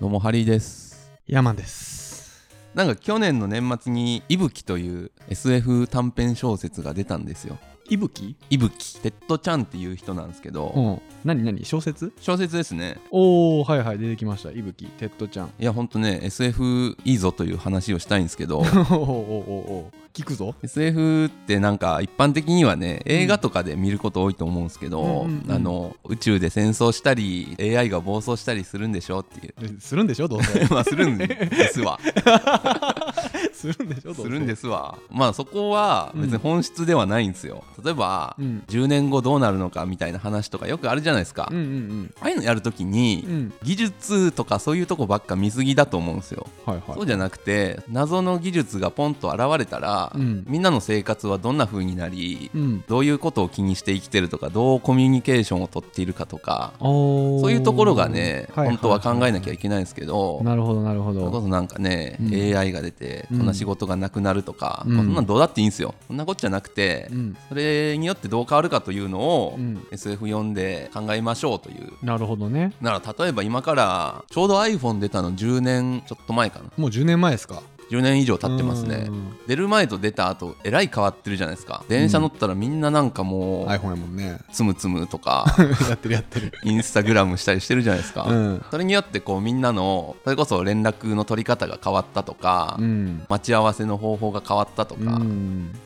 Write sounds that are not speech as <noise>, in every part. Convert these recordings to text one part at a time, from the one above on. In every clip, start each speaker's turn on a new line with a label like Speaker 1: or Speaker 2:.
Speaker 1: どうもハリーです
Speaker 2: 山です
Speaker 1: なんか去年の年末に「いぶき」という SF 短編小説が出たんですよ
Speaker 2: いぶき
Speaker 1: いぶきペットちゃんっていう人なんですけど、
Speaker 2: うん何何小説
Speaker 1: 小説ですね
Speaker 2: おおはいはい出てきましたいぶきテッドち
Speaker 1: <laughs>
Speaker 2: ゃん
Speaker 1: いやほんとね SF いいぞという話をしたいんですけ <laughs> ど
Speaker 2: おーおーおーおー聞くぞ
Speaker 1: SF ってなんか一般的にはね映画とかで見ること多いと思うんですけど、
Speaker 2: うんうんうん
Speaker 1: あの宇宙で戦争したり AI が暴走したりするんでしょっていう
Speaker 2: でするんでしょどうせ
Speaker 1: <laughs> まあするんですわ
Speaker 2: <laughs> するんでしょどうせ
Speaker 1: するんですわまあそこは別に本質ではないんですよ、例えば、
Speaker 2: うん
Speaker 1: 10年後どうなるのかみたいな話とかよくあるじゃないですか、
Speaker 2: うんうん
Speaker 1: ああいうのやるときに、
Speaker 2: うんうん
Speaker 1: 技術とかそういうとこばっか見すぎだと思うんですよ、
Speaker 2: はいはい
Speaker 1: そうじゃなくて謎の技術がポンと現れたら、
Speaker 2: うん
Speaker 1: みんなの生活はどんな風になり、
Speaker 2: うん
Speaker 1: どういうことを気にして生きてるとかどうコミュニケーションをとっているかとか
Speaker 2: おー
Speaker 1: そういうところがね、
Speaker 2: はいはいはい
Speaker 1: 本当は考えなきゃいけないんですけど、
Speaker 2: なるほどなるほ
Speaker 1: それこ
Speaker 2: ど
Speaker 1: そなんかね、
Speaker 2: うん
Speaker 1: AI が出てこんな仕事がなくなるとか、
Speaker 2: うん
Speaker 1: まあそんなんどうだっていいんですよそんなこっちゃなくて、
Speaker 2: うん
Speaker 1: それによってどう変わるかというのを、
Speaker 2: うん
Speaker 1: SF 読んで考えましょうという
Speaker 2: なるほどね
Speaker 1: なら例えば今からちょうど iPhone 出たの10年ちょっと前かな
Speaker 2: もう10年前ですか
Speaker 1: 10年以上経ってますね
Speaker 2: うん
Speaker 1: 出る前と出た後えらい変わってるじゃないですか電車乗ったらみんななんかもう、
Speaker 2: iPhone やもんね
Speaker 1: <laughs> つむつむとか
Speaker 2: やってるやってる
Speaker 1: インスタグラムしたりしてるじゃないですか、
Speaker 2: うん
Speaker 1: それによってこうみんなのそれこそ連絡の取り方が変わったとか、
Speaker 2: うん
Speaker 1: 待ち合わせの方法が変わったと
Speaker 2: うん
Speaker 1: か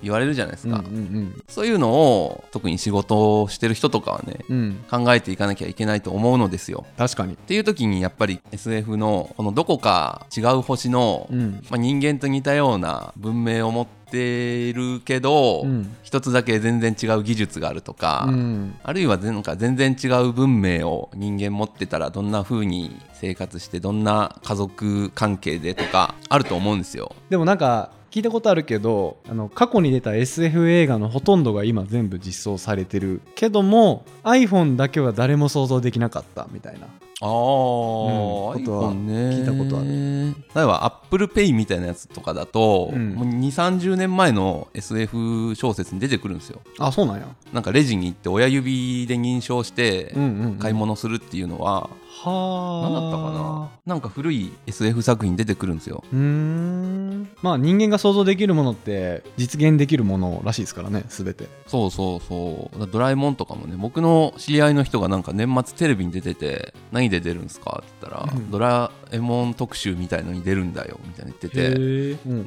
Speaker 1: 言われるじゃないです
Speaker 2: うん
Speaker 1: か、
Speaker 2: うん
Speaker 1: そういうのを特に仕事をしてる人とかはね
Speaker 2: うんうん
Speaker 1: 考えていかなきゃいけないと思うのですよ。
Speaker 2: 確かに
Speaker 1: っていう時にやっぱり SF のこのどこか違う星の、
Speaker 2: うん
Speaker 1: まあ、人間と似たような文明を持っているけど、
Speaker 2: うん
Speaker 1: 一つだけ全然違う技術があるとか、
Speaker 2: うん
Speaker 1: あるいはなんか全然違う文明を人間持ってたらどんな風に生活してどんな家族関係でとかあると思うんですよ。
Speaker 2: でもなんか聞いたことあるけどあの過去に出た SF 映画のほとんどが今全部実装されてるけども iPhone だけは誰も想像できなかったみたいな
Speaker 1: ああ、
Speaker 2: ことは
Speaker 1: iPhone ね
Speaker 2: 聞いたことある
Speaker 1: 例えば ApplePay みたいなやつとかだと、
Speaker 2: うん
Speaker 1: もう2 3 0年前の SF 小説に出てくるんですよ
Speaker 2: あそうなんや
Speaker 1: なんかレジに行って親指で認証して
Speaker 2: うんうん、うん、
Speaker 1: 買い
Speaker 2: は
Speaker 1: 物するっていうのは、
Speaker 2: あ
Speaker 1: 何だったかななんか古い SF 作品出てくるんですよ
Speaker 2: うーんまあ人間が想像できるものって実現できるものらしいですからね全て
Speaker 1: そうそうそうだドラえもんとかもね僕の知り合いの人がなんか年末テレビに出てて「何で出るんですか?」って言ったら、
Speaker 2: うん
Speaker 1: ドラえもん特集みたいのに出るんだよ」みたいに言ってて
Speaker 2: え、うん、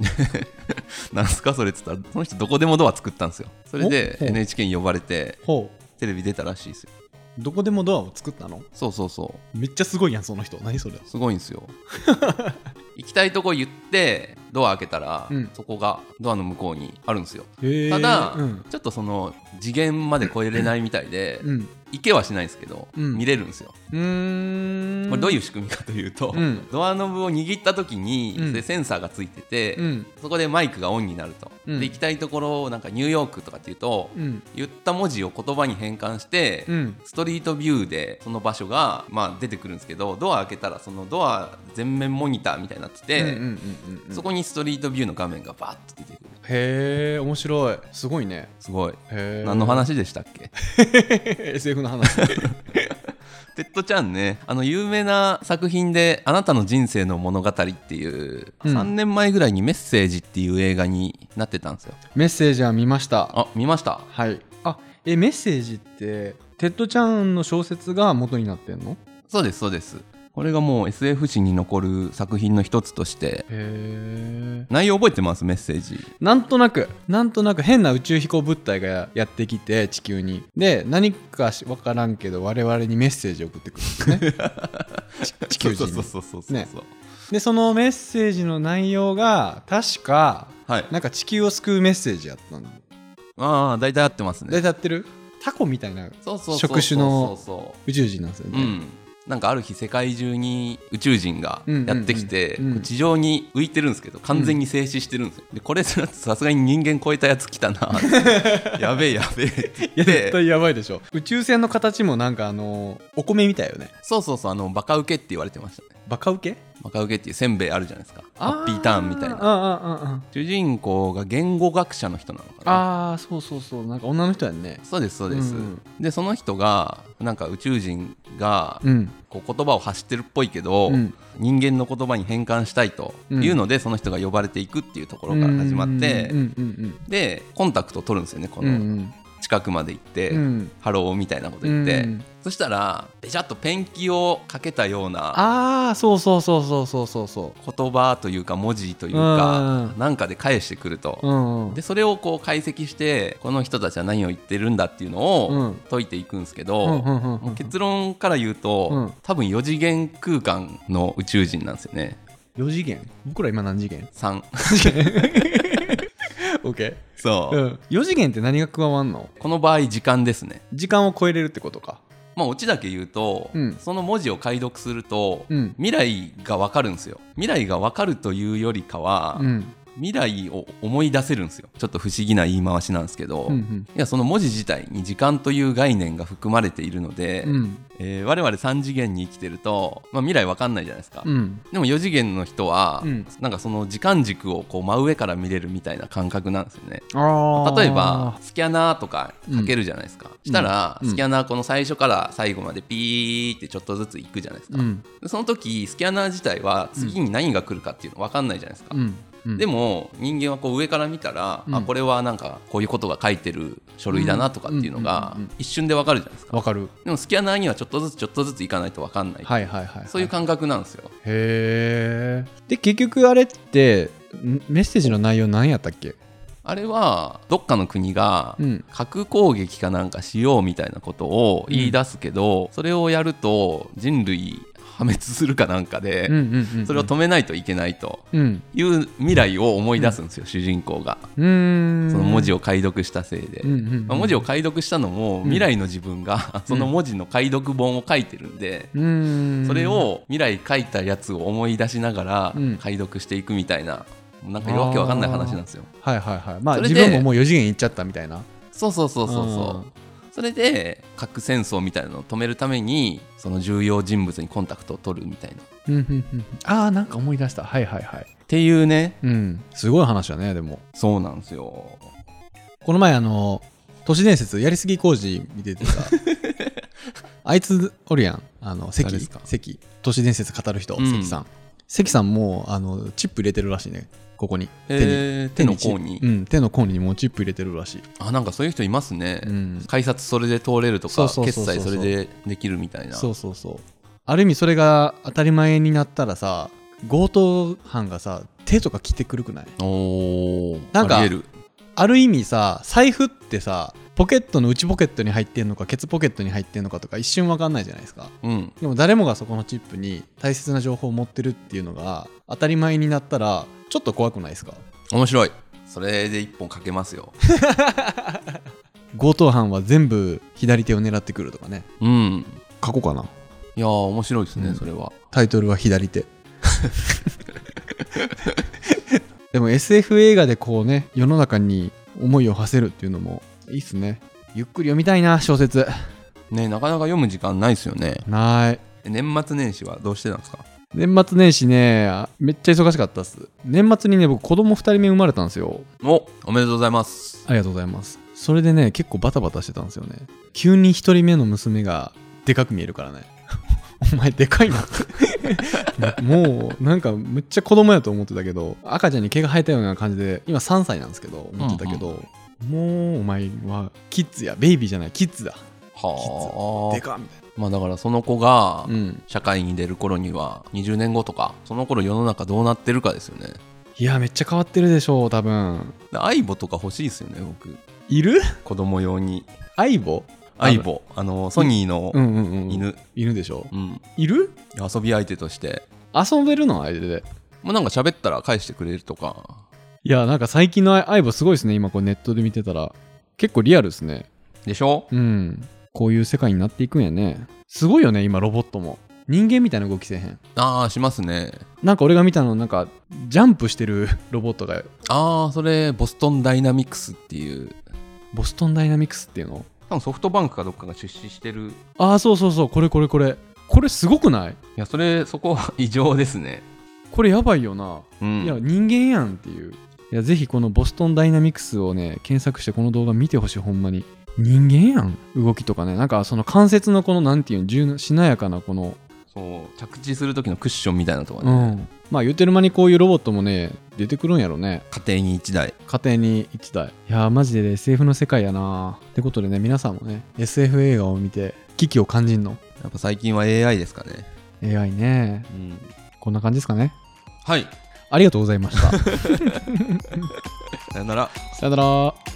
Speaker 1: なんすかそれっつったらその人どこでもドア作ったんですよそれで
Speaker 2: おほう
Speaker 1: NHK に呼ばれて
Speaker 2: ほ
Speaker 1: テレビ出たらしいですよ
Speaker 2: うどこでもドアを作ったの
Speaker 1: そうそうそ
Speaker 2: めっちゃすごいやんその人何それ
Speaker 1: うすごいんですよ <laughs> 行きたいとこ言ってドア開けたら、
Speaker 2: うん
Speaker 1: そこがドアの向こうにあるんですよ
Speaker 2: へえ
Speaker 1: ただ、
Speaker 2: うん
Speaker 1: ちょっとその次元まで超えれないみたいで、
Speaker 2: うん
Speaker 1: 行けはしないんですけど、
Speaker 2: うん
Speaker 1: 見れるんですよ
Speaker 2: うーん
Speaker 1: これどういう仕組みかというと、
Speaker 2: うん
Speaker 1: ドアノブを握った時に、
Speaker 2: うん
Speaker 1: でセンサーがついてて、
Speaker 2: うん
Speaker 1: そこでマイクがオンになると、
Speaker 2: うん
Speaker 1: で行きたいところをなんかニューヨークとかっていうと、
Speaker 2: うん
Speaker 1: 言った文字を言葉に変換して、
Speaker 2: うん
Speaker 1: ストリートビューでその場所が、まあ、出てくるんですけどドア開けたらそのドア全面モニターみたいになってて、
Speaker 2: うんうんうんうん
Speaker 1: そこにストリートビューの画面がバーッと出てくる
Speaker 2: へえ面白いすごいね
Speaker 1: すごい
Speaker 2: へえ
Speaker 1: 何の
Speaker 2: <laughs>
Speaker 1: 話でしたっけ
Speaker 2: SF の話
Speaker 1: テッドちゃんねあの有名な作品で「あなたの人生の物語」っていう、
Speaker 2: うん
Speaker 1: 3年前ぐらいに「メッセージ」っていう映画になってたんですよ
Speaker 2: <laughs> メッセージは見ました
Speaker 1: あ見ました
Speaker 2: はいあえメッセージってテッドちゃんの小説が元になってんの
Speaker 1: そうですそうですこれがもう SF 史に残る作品の一つとして
Speaker 2: へえ
Speaker 1: 内容覚えてますメッセージ
Speaker 2: なんとなくなんとなく変な宇宙飛行物体がやってきて地球にで何かし分からんけど我々にメッセージを送ってくるんですね <laughs> ち地球人に
Speaker 1: そうそうそうそうそうそう、
Speaker 2: ねでそのメッセージの内容が確か
Speaker 1: はい
Speaker 2: なんか地球を救うメッセージやったんだ
Speaker 1: ああ大体合ってます
Speaker 2: 大
Speaker 1: ね
Speaker 2: 体合ってるタコみたい
Speaker 1: そ
Speaker 2: な
Speaker 1: うそうそう
Speaker 2: 職種の
Speaker 1: そうそうそう
Speaker 2: 宇宙人なんですよ
Speaker 1: う
Speaker 2: ね、
Speaker 1: ん、なんかある日世界中に宇宙人が
Speaker 2: うんうんうん
Speaker 1: やってきて、
Speaker 2: うん
Speaker 1: こう地上に浮いてるんですけど完全に静止してるんですよ、でこれさすがに人間超えたやつ来た
Speaker 2: <laughs>
Speaker 1: なやべえやべえって
Speaker 2: い
Speaker 1: 言
Speaker 2: や絶
Speaker 1: って
Speaker 2: 対やばいでしょ宇宙船の形もなんかあのお米みたいよね
Speaker 1: そうそうそうあのバカウケって言われてましたね
Speaker 2: バカウケ
Speaker 1: バカウケっていうせんべいあるじゃないですかハッピーターンみたいな
Speaker 2: な
Speaker 1: 主人公が言語学者の人なのかな
Speaker 2: あーそうそうそうなんか女の人やんね
Speaker 1: そうですそうです、
Speaker 2: うん
Speaker 1: でその人がなんか宇宙人が
Speaker 2: うん
Speaker 1: こう言葉を発してるっぽいけど、
Speaker 2: うん
Speaker 1: 人間の言葉に変換したいというので、その人が呼ばれていくっていうところから始まって、
Speaker 2: うんうん
Speaker 1: でコンタクト取るんですよねこ
Speaker 2: うんうん
Speaker 1: の近くまで行って、
Speaker 2: うん
Speaker 1: ハローみたいなこと
Speaker 2: う
Speaker 1: 言
Speaker 2: ん
Speaker 1: って、
Speaker 2: うん
Speaker 1: そしたらべちゃっとペンキをかけたような
Speaker 2: ああそうそうそうそうそうそうそ
Speaker 1: 言葉というか文字というか
Speaker 2: うん
Speaker 1: なんかで返してくると
Speaker 2: う、うんうん
Speaker 1: でそれをこう解析してこの人たちは何を言ってるんだっていうの
Speaker 2: う
Speaker 1: を
Speaker 2: ん
Speaker 1: 解いていくんですけ
Speaker 2: うん
Speaker 1: ど、
Speaker 2: うんうん
Speaker 1: もう結論から言うと、
Speaker 2: うん
Speaker 1: 多分4次元空間の宇宙人なんですよね
Speaker 2: 4次元僕ら今何次元 <laughs>
Speaker 1: 3
Speaker 2: ?OK、
Speaker 1: そう、
Speaker 2: うん、4次元って何が加わんの
Speaker 1: この場合時間ですね
Speaker 2: 時間を超えれるってことか
Speaker 1: まあオチだけ言うと、
Speaker 2: うん
Speaker 1: その文字を解読すると、
Speaker 2: うん
Speaker 1: 未来が分かるんですよ未来が分かるというよりかは、
Speaker 2: うん
Speaker 1: 未来を思い出せるんですよちょっと不思議な言い回しなんですけど、
Speaker 2: うん
Speaker 1: い
Speaker 2: うん
Speaker 1: やその文字自体に時間という概念が含まれているので、
Speaker 2: うん
Speaker 1: えー我々3次元に生きてると、まあ、未来分かんないじゃないですか、
Speaker 2: うん
Speaker 1: でも4次元の人は、
Speaker 2: うん
Speaker 1: なんかその時間軸をこう真上から見れるみたいな感覚なんですよね
Speaker 2: あー
Speaker 1: 例えばスキャナーとかかけるじゃないですか、したら、
Speaker 2: うん
Speaker 1: スキャナーこの最初から最後までピーってちょっとずついくじゃないですか、
Speaker 2: うん
Speaker 1: でその時スキャナー自体は次に何が来るかっていうの分かんないじゃないですか、
Speaker 2: うんうん
Speaker 1: でも人間はこう上から見たら、
Speaker 2: うん
Speaker 1: あこれはなんかこういうことが書いてる書類だなとかっていうのが
Speaker 2: うんうんうん
Speaker 1: 一瞬で分かるじゃないですか
Speaker 2: わかる
Speaker 1: でもスキャナーにはちょっとずつちょっとずついかないと分かんない、
Speaker 2: はいはいはい、はい、
Speaker 1: そういう感覚なんですよ
Speaker 2: へえで結局あれってんメッセージの内容何やったっけ
Speaker 1: あれはどっかの国が
Speaker 2: うん
Speaker 1: 核攻撃かなんかしようみたいなことを言い出すけど、それをやると人類破滅するかなんかで、
Speaker 2: うんうんうんうん
Speaker 1: それを止めないといけないと
Speaker 2: うん
Speaker 1: いう未来を思い出すんですよ、主人公が
Speaker 2: うーん
Speaker 1: その文字
Speaker 2: を、
Speaker 1: を解読したせいで、
Speaker 2: うんうんうん
Speaker 1: まあ文字を解読したのも未来の自分がその文字の解読本を書いてるんで、
Speaker 2: うーん
Speaker 1: それを未来書いたやつを思い出しながら
Speaker 2: うん
Speaker 1: 解読していくみたいな、なんかわけわかんない話なんですよ。
Speaker 2: はいはいはいまあ
Speaker 1: それで
Speaker 2: 自分ももう4次元行っちゃったみたいな
Speaker 1: そうそうそうそうそう。それで核戦争みたいなのを止めるためにその重要人物にコンタクトを取るみたいな。っ
Speaker 2: うんうんうんうんあーなんか思い出したはいはいはい
Speaker 1: ていうね
Speaker 2: うんすごい話だねでも
Speaker 1: そうなんですよ。
Speaker 2: この前あの都市伝説やりすぎ工事見て
Speaker 1: <laughs>
Speaker 2: てさあいつおるやんあの関
Speaker 1: 誰ですか
Speaker 2: 関都市伝説語る人、
Speaker 1: うん
Speaker 2: 関さん関さんもうあのチップ入れてるらしいねここに手に、
Speaker 1: えー手の
Speaker 2: チッ
Speaker 1: 甲に、
Speaker 2: うん、手の甲にもうチップ入れてるらしい、
Speaker 1: あなんかそういう人いますね。
Speaker 2: うん、
Speaker 1: 改札それで通れると
Speaker 2: そ
Speaker 1: か
Speaker 2: うそうそうそ
Speaker 1: 決
Speaker 2: う
Speaker 1: 済それでできるみたいな。
Speaker 2: そうそうそうある意味それが当たり前になったらさ強盗犯がさ手とか切ってくるくない
Speaker 1: おー
Speaker 2: なんか
Speaker 1: ありえる
Speaker 2: ある意味さ財布ってさポケットの内ポケットに入ってんのかケツポケットに入ってんのかとか一瞬わかんないじゃないですか
Speaker 1: うん
Speaker 2: でも誰もがそこのチップに大切な情報を持ってるっていうのが当たり前になったらちょっと怖くないですか
Speaker 1: 面白いそれで一本かけますよ
Speaker 2: 強盗犯は全部左手を狙ってくるとかね
Speaker 1: うん
Speaker 2: 過去かない
Speaker 1: やー面白いですね、
Speaker 2: うん
Speaker 1: それは
Speaker 2: タイトルは左手でも SF 映画でこうね世の中に思いを馳せるっていうのもいいっすねゆっくり読みたいな小説
Speaker 1: ねなかなか読む時間ないですよね
Speaker 2: ない
Speaker 1: 年末年始はどうしてたんですか
Speaker 2: 年末年始ねあめっちゃ忙しかったっす年末にね僕子供2人目生まれたんですよ
Speaker 1: おおめでとうございます
Speaker 2: ありがとうございますそれでね結構バタバタしてたんですよね急に1人目の娘がでかく見えるからね <laughs> お前でかいな <laughs> ってもうなんかめっちゃ子供やと思ってたけど赤ちゃんに毛が生えたような感じで今3歳なんですけど思ってたけど、もうお前はキッズやベイビーじゃないキッズだ
Speaker 1: は
Speaker 2: で
Speaker 1: あ
Speaker 2: かっみたい
Speaker 1: まあだからその子が、
Speaker 2: なうん
Speaker 1: 社会に出る頃には20年後とかその頃世の中どうなってるかですよね
Speaker 2: いやめっちゃ変わってるでしょう多分
Speaker 1: でアイボとか欲しいですよね僕
Speaker 2: いる
Speaker 1: 子供用に
Speaker 2: アイボ
Speaker 1: アイボあのソニーの
Speaker 2: うんうんうん
Speaker 1: 犬
Speaker 2: 犬でしょ
Speaker 1: うん
Speaker 2: いる
Speaker 1: 遊び相手として
Speaker 2: 遊べるのあれで
Speaker 1: もうなんか喋ったら返してくれるとか
Speaker 2: いやなんか最近の相棒すごいですね今こうネットで見てたら結構リアルですね
Speaker 1: でしょ
Speaker 2: うんこういう世界になっていくんやねすごいよね今ロボットも人間みたいな動きせえへん
Speaker 1: ああしますね
Speaker 2: なんか俺が見たのなんかジャンプしてる <laughs> ロボットが
Speaker 1: ああそれボストンダイナミクスっていう
Speaker 2: ボストンダイナミクスっていうの
Speaker 1: 多分ソフトバンクかどっかが出資してるい
Speaker 2: ああそうそうそうこれこれこれこれすごくない
Speaker 1: やそれそこは異常ですね
Speaker 2: これやばいよな、
Speaker 1: うん
Speaker 2: いや人間やんっていういやぜひこのボストンダイナミクスをね検索してこの動画見てほしいほんまに人間やん動きとかねなんかその関節のこのなんていうの柔軟しなやかなこの
Speaker 1: こう着地する時のクッションみたいなとこ
Speaker 2: う
Speaker 1: ね、
Speaker 2: んまあ言うてる間にこういうロボットもね出てくるんやろね
Speaker 1: 家庭に1台
Speaker 2: 家庭に1台いやーマジで SF の世界やなーってことでね皆さんもね SF 映画を見て危機を感じんの
Speaker 1: やっぱ最近は AI ですかね
Speaker 2: AI ね
Speaker 1: うん
Speaker 2: こんな感じですかね
Speaker 1: はい
Speaker 2: <laughs> ありがとうございました
Speaker 1: さよなら
Speaker 2: さよなら